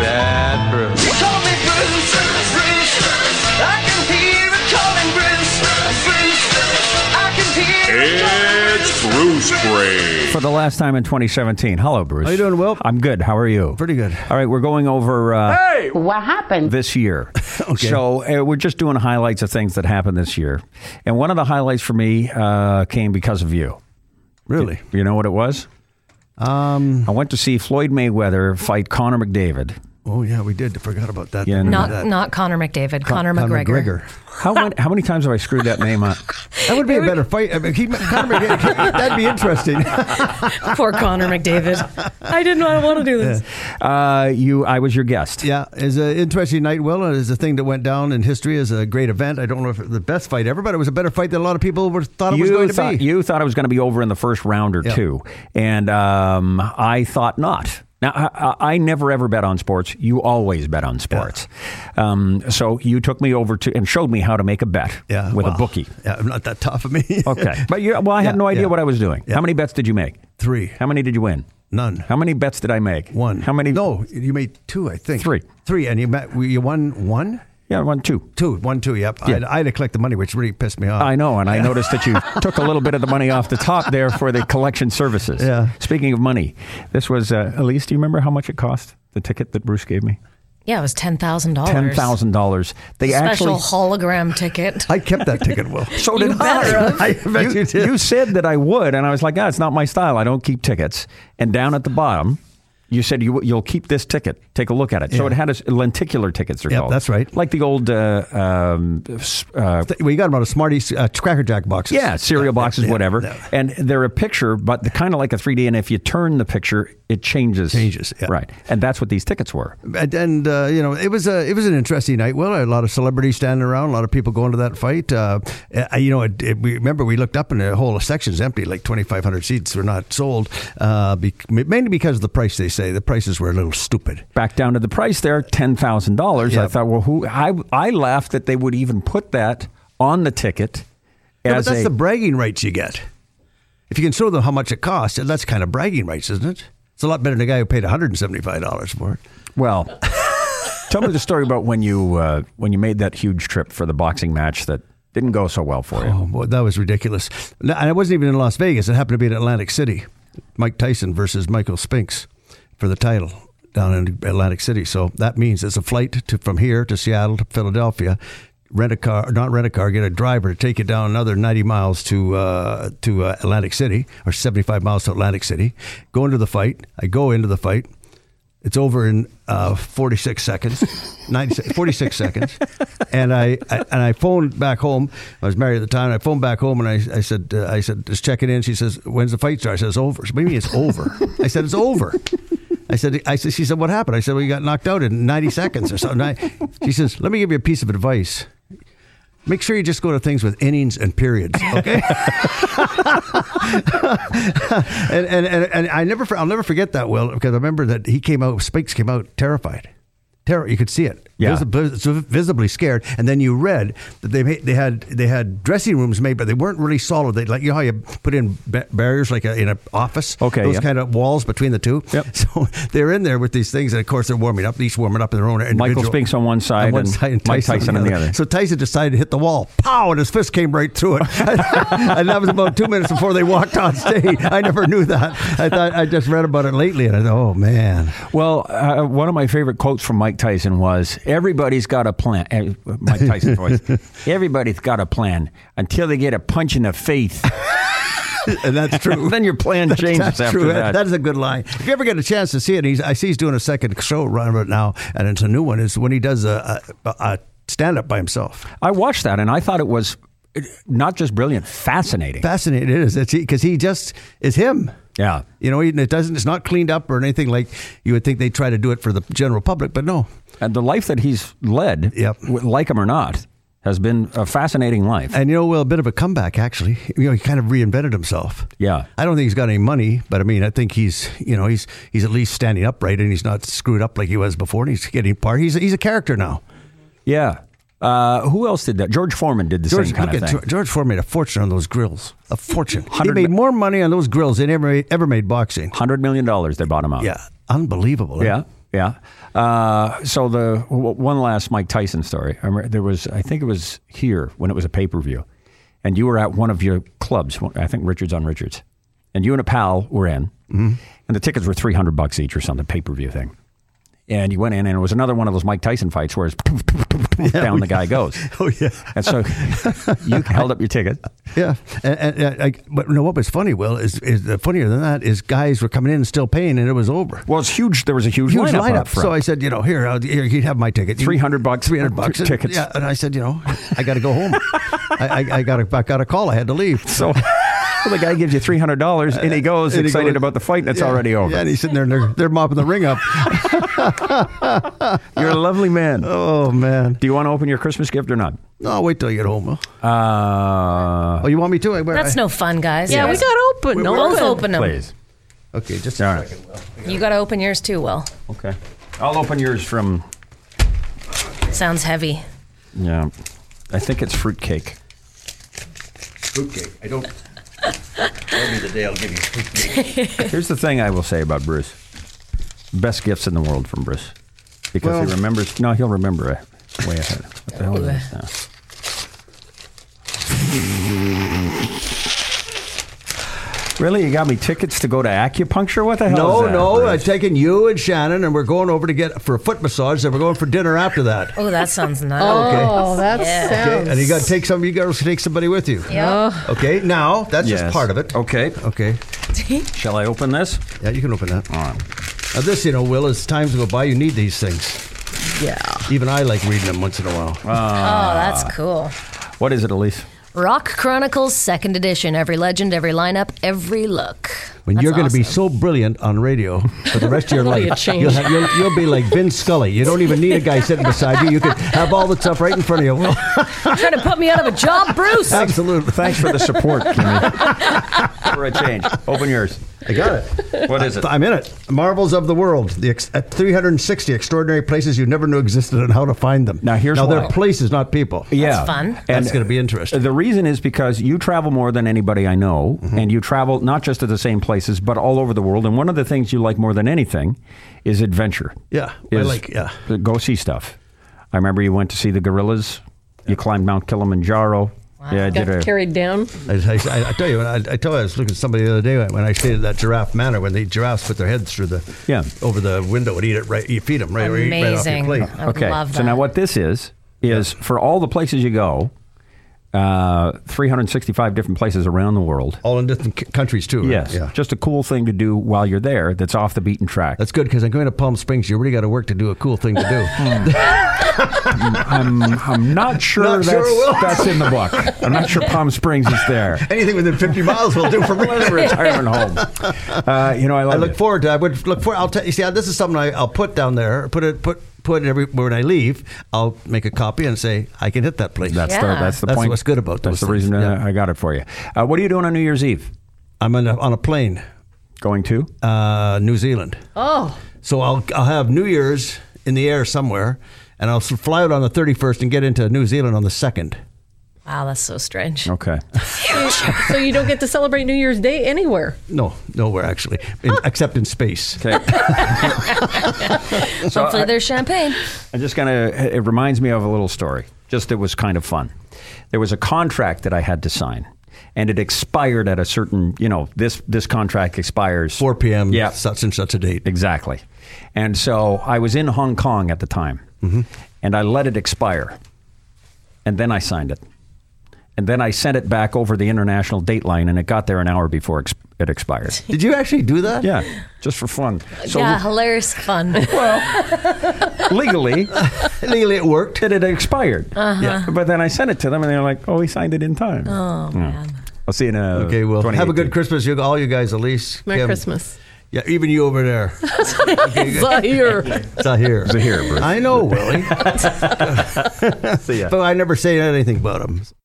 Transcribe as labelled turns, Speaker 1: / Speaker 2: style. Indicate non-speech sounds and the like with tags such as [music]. Speaker 1: bad Bruce.
Speaker 2: Call me Bruce, Bruce, Bruce. I can hear it calling Bruce, Bruce, Bruce. I can hear it calling
Speaker 3: It's Bruce Brave.
Speaker 4: for the last time in 2017. Hello, Bruce.
Speaker 5: How you doing, Will?
Speaker 4: I'm good. How are you?
Speaker 5: Pretty good.
Speaker 4: All right, we're going over uh,
Speaker 6: What happened?
Speaker 4: this
Speaker 5: [laughs]
Speaker 4: year. So uh, we're just doing highlights of things that happened this year. And one of the highlights for me uh, came because of you.
Speaker 5: Really?
Speaker 4: You know what it was? Um, I went to see Floyd Mayweather fight Conor McDavid.
Speaker 5: Oh yeah, we did. Forgot about that.
Speaker 4: Yeah, no.
Speaker 5: Remember
Speaker 7: Not
Speaker 5: that.
Speaker 7: not Connor McDavid, Connor, McGregor.
Speaker 5: [laughs]
Speaker 4: How, mon- how many times have I screwed that name up?
Speaker 5: That would be a better fight. I mean, he, Conor McGregor, that'd be interesting.
Speaker 7: [laughs] Poor Connor McDavid. I did not want to do this.
Speaker 4: Uh, you, I was your guest.
Speaker 5: [laughs] yeah, it's an interesting night. Will and it's a thing that went down in history as a great event. I don't know if it was the best fight ever, but it was a better fight than a lot of people were thought it was going to
Speaker 4: thought,
Speaker 5: be.
Speaker 4: You thought it was going to be over in the first round or
Speaker 5: Yeah.
Speaker 4: two, and um, I thought not. Now I, I I never ever bet on sports. You always bet on sports, um, so you took me over to and showed me how to make a bet
Speaker 5: yeah,
Speaker 4: with
Speaker 5: wow.
Speaker 4: a bookie.
Speaker 5: Yeah, I'm not that tough of me. [laughs]
Speaker 4: Okay, but you, well, I had
Speaker 5: Yeah,
Speaker 4: no idea
Speaker 5: yeah.
Speaker 4: what I was doing.
Speaker 5: Yeah.
Speaker 4: How many bets did you make?
Speaker 5: Three.
Speaker 4: How many did you win?
Speaker 5: None.
Speaker 4: How many bets did I make?
Speaker 5: One.
Speaker 4: How many?
Speaker 5: No, you made two, I think.
Speaker 4: Three.
Speaker 5: Three, and you met, you won one,
Speaker 4: Yeah, one, two.
Speaker 5: two, one, two. Yep.
Speaker 4: Yeah.
Speaker 5: I, had, I had to collect the money, which really pissed me off.
Speaker 4: I know, and I noticed
Speaker 5: [laughs]
Speaker 4: that you took a little bit of the money off the top there for the collection services.
Speaker 5: Yeah.
Speaker 4: Speaking of money, this was uh, Elise. Do you remember how much it cost? The ticket that Bruce gave me.
Speaker 7: Yeah, it was ten thousand dollars.
Speaker 4: ten thousand dollars. They
Speaker 7: Special
Speaker 4: actually.
Speaker 7: hologram ticket.
Speaker 5: [laughs] I kept that ticket,
Speaker 4: [laughs]
Speaker 5: Will.
Speaker 4: So
Speaker 7: You
Speaker 4: did
Speaker 7: better
Speaker 4: I.
Speaker 5: [laughs]
Speaker 7: have.
Speaker 5: I bet you, did.
Speaker 4: You said that I would, and I was like, "Ah, it's not my style. I don't keep tickets." And down at the bottom, you said you, you'll keep this ticket. Take a look at it. So
Speaker 5: Yeah.
Speaker 4: it had a s- lenticular tickets. Are
Speaker 5: Yep,
Speaker 4: called.
Speaker 5: that's right.
Speaker 4: Like the old. Uh, um, s- uh,
Speaker 5: well, you got them out of Smarties uh, Cracker Jack boxes.
Speaker 4: yeah, cereal boxes,
Speaker 5: yeah,
Speaker 4: whatever,
Speaker 5: yeah.
Speaker 4: and they're a picture, but kind of like a 3D. And if you turn the picture, it changes.
Speaker 5: Changes, yeah.
Speaker 4: right? And that's what these tickets were.
Speaker 5: And, and uh, you know, it was a it was an interesting night. Well, a lot of celebrities standing around, a lot of people going to that fight. Uh, I, you know, it, it, we remember we looked up and the whole section's empty. Like twenty five hundred seats were not sold, uh, be, mainly because of the price. They say the prices were a little stupid.
Speaker 4: back down to the price there, ten thousand dollars. I
Speaker 5: Yeah.
Speaker 4: thought, well, who? I I laughed that they would even put that on the ticket.
Speaker 5: Yeah,
Speaker 4: as
Speaker 5: but that's
Speaker 4: a-
Speaker 5: the bragging rights you get. If you can show them how much it costs, that's kind of bragging rights, isn't it? It's a lot better than a guy who paid one hundred and seventy five dollars for it.
Speaker 4: well. tell me the story about when you uh, when you made that huge trip for the boxing match that didn't go so well for you.
Speaker 5: Oh boy, that was ridiculous. No, And I wasn't even in Las Vegas. It happened to be in Atlantic City. Mike Tyson versus Michael Spinks for the title down in Atlantic City. So that means it's a flight to, from here to Seattle to Philadelphia. Rent a car, not rent a car, get a driver to take you down another 90 miles to uh, to uh, Atlantic City or 75 miles to Atlantic City. Go into the fight. I go into the fight. It's over in uh, 46 seconds, [laughs] 96, 46 seconds. And I, I and I phoned back home. I was married at the time. I phoned back home and I, I said, uh, I said, just check it in. She says, when's the fight start? I says, over. She said, what do you mean it's over? I said, it's over. I said, I said, she said, what happened? I said, well, you got knocked out in 90 seconds or something. I- she says, let me give you a piece of advice. Make sure you just go to things with innings and periods, okay? [laughs] and, and, and, and I never, for- I'll never forget that, Will, because I remember that he came out, Spinks came out terrified. Terror, you could see it.
Speaker 4: Yeah.
Speaker 5: Visibly, visibly scared. And then you read that they made, they had they had dressing rooms made, but they weren't really solid. They like you know how you put in ba- barriers like a, in an office.
Speaker 4: Okay,
Speaker 5: those
Speaker 4: yeah.
Speaker 5: kind of walls between the two.
Speaker 4: Yep.
Speaker 5: [laughs] So they're in there with these things, and of course they're warming up. Each warming up in their own. individual-
Speaker 4: Spinks on one side and Mike Tyson on the other.
Speaker 5: so Tyson decided to hit the wall. Pow! And his fist came right through it.
Speaker 4: [laughs]
Speaker 5: [laughs] and that was about two minutes before they walked on stage. I never knew that. I thought I just read about it lately, and I thought, oh man,
Speaker 4: Well, uh, one of my favorite quotes from Mike Tyson was, "Everybody's got a plan." Uh, Mike Tyson's
Speaker 5: [laughs]
Speaker 4: voice. Everybody's got a plan until they get a punch in the face. [laughs]
Speaker 5: and that's true.
Speaker 4: then your plan changes
Speaker 5: [laughs] That's
Speaker 4: after
Speaker 5: true.
Speaker 4: that.
Speaker 5: That is a good line. If you ever get a chance to see it, he's, I see he's doing a second show right about now, and it's a new one. Is when he does a, a, a stand up by himself.
Speaker 4: I watched that and I thought it was uh, not just brilliant, fascinating.
Speaker 5: Fascinating it is. It's because he just is him.
Speaker 4: Yeah.
Speaker 5: You know, he- it doesn't. It's not cleaned up or anything like you would think they try to do it for the general public, but no.
Speaker 4: And the life that he's led,
Speaker 5: Yep.
Speaker 4: w- like him or not, has been a fascinating life.
Speaker 5: And you know, well, a bit of a comeback actually. You know, he kind of reinvented himself.
Speaker 4: Yeah.
Speaker 5: I don't think he's got any money, but I mean, I think he's you know he's he's at least standing upright and he's not screwed up like he was before. And he's getting part. He's he's a character now.
Speaker 4: yeah. Uh, who else did that? George Foreman did the
Speaker 5: George,
Speaker 4: same kind
Speaker 5: look
Speaker 4: of
Speaker 5: at
Speaker 4: thing.
Speaker 5: George, George Foreman made a fortune on those grills. A fortune. he
Speaker 4: 100
Speaker 5: made
Speaker 4: mi-
Speaker 5: more money on those grills than ever ever made boxing.
Speaker 4: Hundred million dollars they bought him out.
Speaker 5: Yeah, unbelievable. eh?
Speaker 4: Yeah. Yeah. Uh, so the w- one last Mike Tyson story. I remember there was, I think it was here when it was a pay per view, and you were at one of your clubs. one- I think Richards on Richards, and you and a pal were in, and the tickets were three hundred bucks each or something pay per view thing. And you went in, and it was another one of those Mike Tyson fights where it's [laughs] down the guy goes.
Speaker 5: [laughs] Oh yeah,
Speaker 4: And so [laughs] you held up your ticket.
Speaker 5: yeah. And, and, and I, but no, what was funny, Will, is is the funnier than that is guys were coming in and still paying, and it was over.
Speaker 4: Well, it's huge. There was a huge,
Speaker 5: Huge
Speaker 4: lineup.
Speaker 5: lineup.
Speaker 4: up front.
Speaker 5: So I said, you know, here, I'll, here you can have my ticket. You-
Speaker 4: 300 bucks, [laughs]
Speaker 5: 300 bucks.
Speaker 4: t- tickets.
Speaker 5: Yeah, and I said, you know, I got to
Speaker 4: [laughs]
Speaker 5: go home. I, I, I got a, I got a call. I had to leave.
Speaker 4: So [laughs] well, the guy gives you three hundred dollars, and Uh, he goes
Speaker 5: And he
Speaker 4: excited
Speaker 5: goes-
Speaker 4: about the fight, and it's
Speaker 5: Yeah,
Speaker 4: already over.
Speaker 5: Yeah, and he's sitting there, and they're, they're mopping the
Speaker 4: [laughs]
Speaker 5: ring up.
Speaker 4: You're a lovely man.
Speaker 5: oh man,
Speaker 4: Do you want to open your Christmas gift or not?
Speaker 5: no, I'll wait till you get home. Huh?
Speaker 4: Uh,
Speaker 5: Oh, you want me to? I,
Speaker 7: That's no fun, guys.
Speaker 1: Yeah, we got open.
Speaker 7: Both open them.
Speaker 4: please.
Speaker 5: Okay, just
Speaker 4: All
Speaker 5: a
Speaker 4: right.
Speaker 5: second. Will.
Speaker 7: You got to open yours too, Will.
Speaker 4: Okay. I'll open yours from.
Speaker 7: Sounds heavy.
Speaker 4: Yeah. I think it's fruitcake.
Speaker 5: Fruitcake. I don't. That'll be the day I'll give you fruitcake.
Speaker 4: Here's the thing I will say about Bruce: best gifts in the world from Bruce, because he
Speaker 5: Well-
Speaker 4: remembers. No, he'll remember it way ahead. What the hell is this now? Really, you got me tickets to go to acupuncture? What the hell? is
Speaker 5: No,
Speaker 4: that,
Speaker 5: no,
Speaker 4: Bruce?
Speaker 5: I've taken you and Shannon, and we're going over to get for a foot massage, and we're going for dinner after that.
Speaker 7: Oh, that sounds nice.
Speaker 1: Oh, that
Speaker 7: Yeah.
Speaker 1: sounds.
Speaker 5: And you got to take some. You got to take somebody with you.
Speaker 1: Oh,
Speaker 5: Okay. Now that's
Speaker 4: Yes.
Speaker 5: just part of it.
Speaker 4: Okay.
Speaker 5: Okay.
Speaker 4: Shall I open this?
Speaker 5: Yeah, you can open that. Now this, you know, Will, as times go by, you need these things.
Speaker 1: yeah.
Speaker 5: Even I like reading them once in a while.
Speaker 7: Oh, that's cool.
Speaker 4: What is it, Elise?
Speaker 7: Rock Chronicles Second Edition. Every legend, every lineup, every look.
Speaker 5: when
Speaker 7: That's
Speaker 5: you're going to be
Speaker 7: awesome.
Speaker 5: so brilliant on radio for the rest of your
Speaker 1: That'll be a
Speaker 5: life,
Speaker 1: change.
Speaker 5: you'll, have, you'll, you'll be like Vin Scully. You don't even need a guy sitting beside you. You can have all the stuff right in front of you. [laughs] Will.
Speaker 7: trying to put me out of a job, Bruce.
Speaker 5: Absolutely.
Speaker 4: Thanks for the support, Kimmy. for a change. Open yours.
Speaker 5: I got it.
Speaker 4: What is it?
Speaker 5: I'm in it. Marvels of the world. The ex- at 360 extraordinary places you never knew existed and how to find them.
Speaker 4: Now, here's
Speaker 5: now
Speaker 4: why.
Speaker 5: they're places, not people.
Speaker 4: yeah.
Speaker 7: fun.
Speaker 5: That's gonna be interesting.
Speaker 4: The reason is because you travel more than anybody I know, and you travel not just to the same places, but all over the world. And one of the things you like more than anything is adventure.
Speaker 5: Yeah, I
Speaker 4: Is
Speaker 5: like- yeah.
Speaker 4: Go see stuff. I remember you went to see the gorillas. You climbed Mount Kilimanjaro. Yeah, I did
Speaker 1: Got
Speaker 4: a,
Speaker 1: carried down.
Speaker 5: I, I, I tell you, I, I tell you, I was looking at somebody the other day when I stayed at that giraffe manor when the giraffes put their heads through the
Speaker 4: Yeah.
Speaker 5: over the window and eat it right. You feed them right, right- right off your
Speaker 7: Amazing. Oh,
Speaker 5: plate.
Speaker 7: I would
Speaker 4: okay.
Speaker 7: love that.
Speaker 4: So now what this is is for all the places you go, uh, 365 different places around the world.
Speaker 5: All in different c- countries too. right?
Speaker 4: Yes,
Speaker 5: yeah.
Speaker 4: just a cool thing to do while you're there. That's off the beaten track.
Speaker 5: that's good because I'm going to Palm Springs. You really got to work to do a cool thing to do.
Speaker 4: Hmm.
Speaker 5: [laughs]
Speaker 4: I'm, I'm not sure
Speaker 5: Not sure,
Speaker 4: that's
Speaker 5: Will.
Speaker 4: that's in the book. I'm not sure Palm Springs is
Speaker 5: [laughs]
Speaker 4: there.
Speaker 5: [laughs] Anything within 50 miles will do for
Speaker 4: [laughs]
Speaker 5: me.
Speaker 4: What a retirement home. [laughs] Uh, you know, I,
Speaker 5: I
Speaker 4: love
Speaker 5: look
Speaker 4: it.
Speaker 5: forward to. I would look for. I'll tell you. See, this is something I, I'll put down there. Put it. Put put it every when I leave. I'll make a copy and say I can hit that place.
Speaker 4: That's the
Speaker 7: Yeah.
Speaker 4: that's the
Speaker 5: That's
Speaker 4: point.
Speaker 5: what's good about
Speaker 4: that's
Speaker 5: those
Speaker 4: the
Speaker 5: things,
Speaker 4: reason
Speaker 5: yeah.
Speaker 4: I got it for you. Uh, what are you doing on New Year's Eve?
Speaker 5: I'm on a, on a plane,
Speaker 4: Going to?
Speaker 5: uh, New Zealand.
Speaker 1: Oh,
Speaker 5: So I'll I'll have New Year's in the air somewhere, and I'll fly out on the 31st and get into New Zealand on the second.
Speaker 7: Wow, that's so strange.
Speaker 5: [laughs]
Speaker 4: okay.
Speaker 1: so you don't get to celebrate New Year's Day anywhere.
Speaker 5: No, nowhere actually, in, except in space.
Speaker 4: Okay. so
Speaker 7: Hopefully,
Speaker 4: I-
Speaker 7: there's champagne.
Speaker 4: I'm just going to, it reminds me of a little story. Just it was kind of fun. There was a contract that I had to sign. And it expired at a certain, you know, this this contract expires
Speaker 5: 4 p.m.
Speaker 4: Yeah,
Speaker 5: such and such a date.
Speaker 4: Exactly. And so I was in Hong Kong at the time, and I let it expire, and then I signed it, and then I sent it back over the international date line, and it got there an hour before ex- it expired.
Speaker 5: Did you actually do
Speaker 4: [laughs]
Speaker 5: that?
Speaker 4: yeah, just for fun. So
Speaker 7: yeah, hilarious
Speaker 4: [laughs]
Speaker 7: fun. [laughs]
Speaker 4: legally,
Speaker 5: [laughs] legally it worked.
Speaker 4: it had expired.
Speaker 5: Yeah.
Speaker 4: But then I sent it to them, and they were like, "Oh, we signed it in time." Oh man. I'll see you in uh, a.
Speaker 5: Okay, well, have a
Speaker 4: 2018.
Speaker 5: good Christmas, you all you guys. Elise,
Speaker 1: Merry
Speaker 5: Kim.
Speaker 1: Christmas.
Speaker 5: Yeah, even you over there.
Speaker 1: Zahir.
Speaker 5: It's not here.
Speaker 4: It's a here, Bruce.
Speaker 5: I know, Willie,
Speaker 4: See ya.
Speaker 5: but I never say anything about him.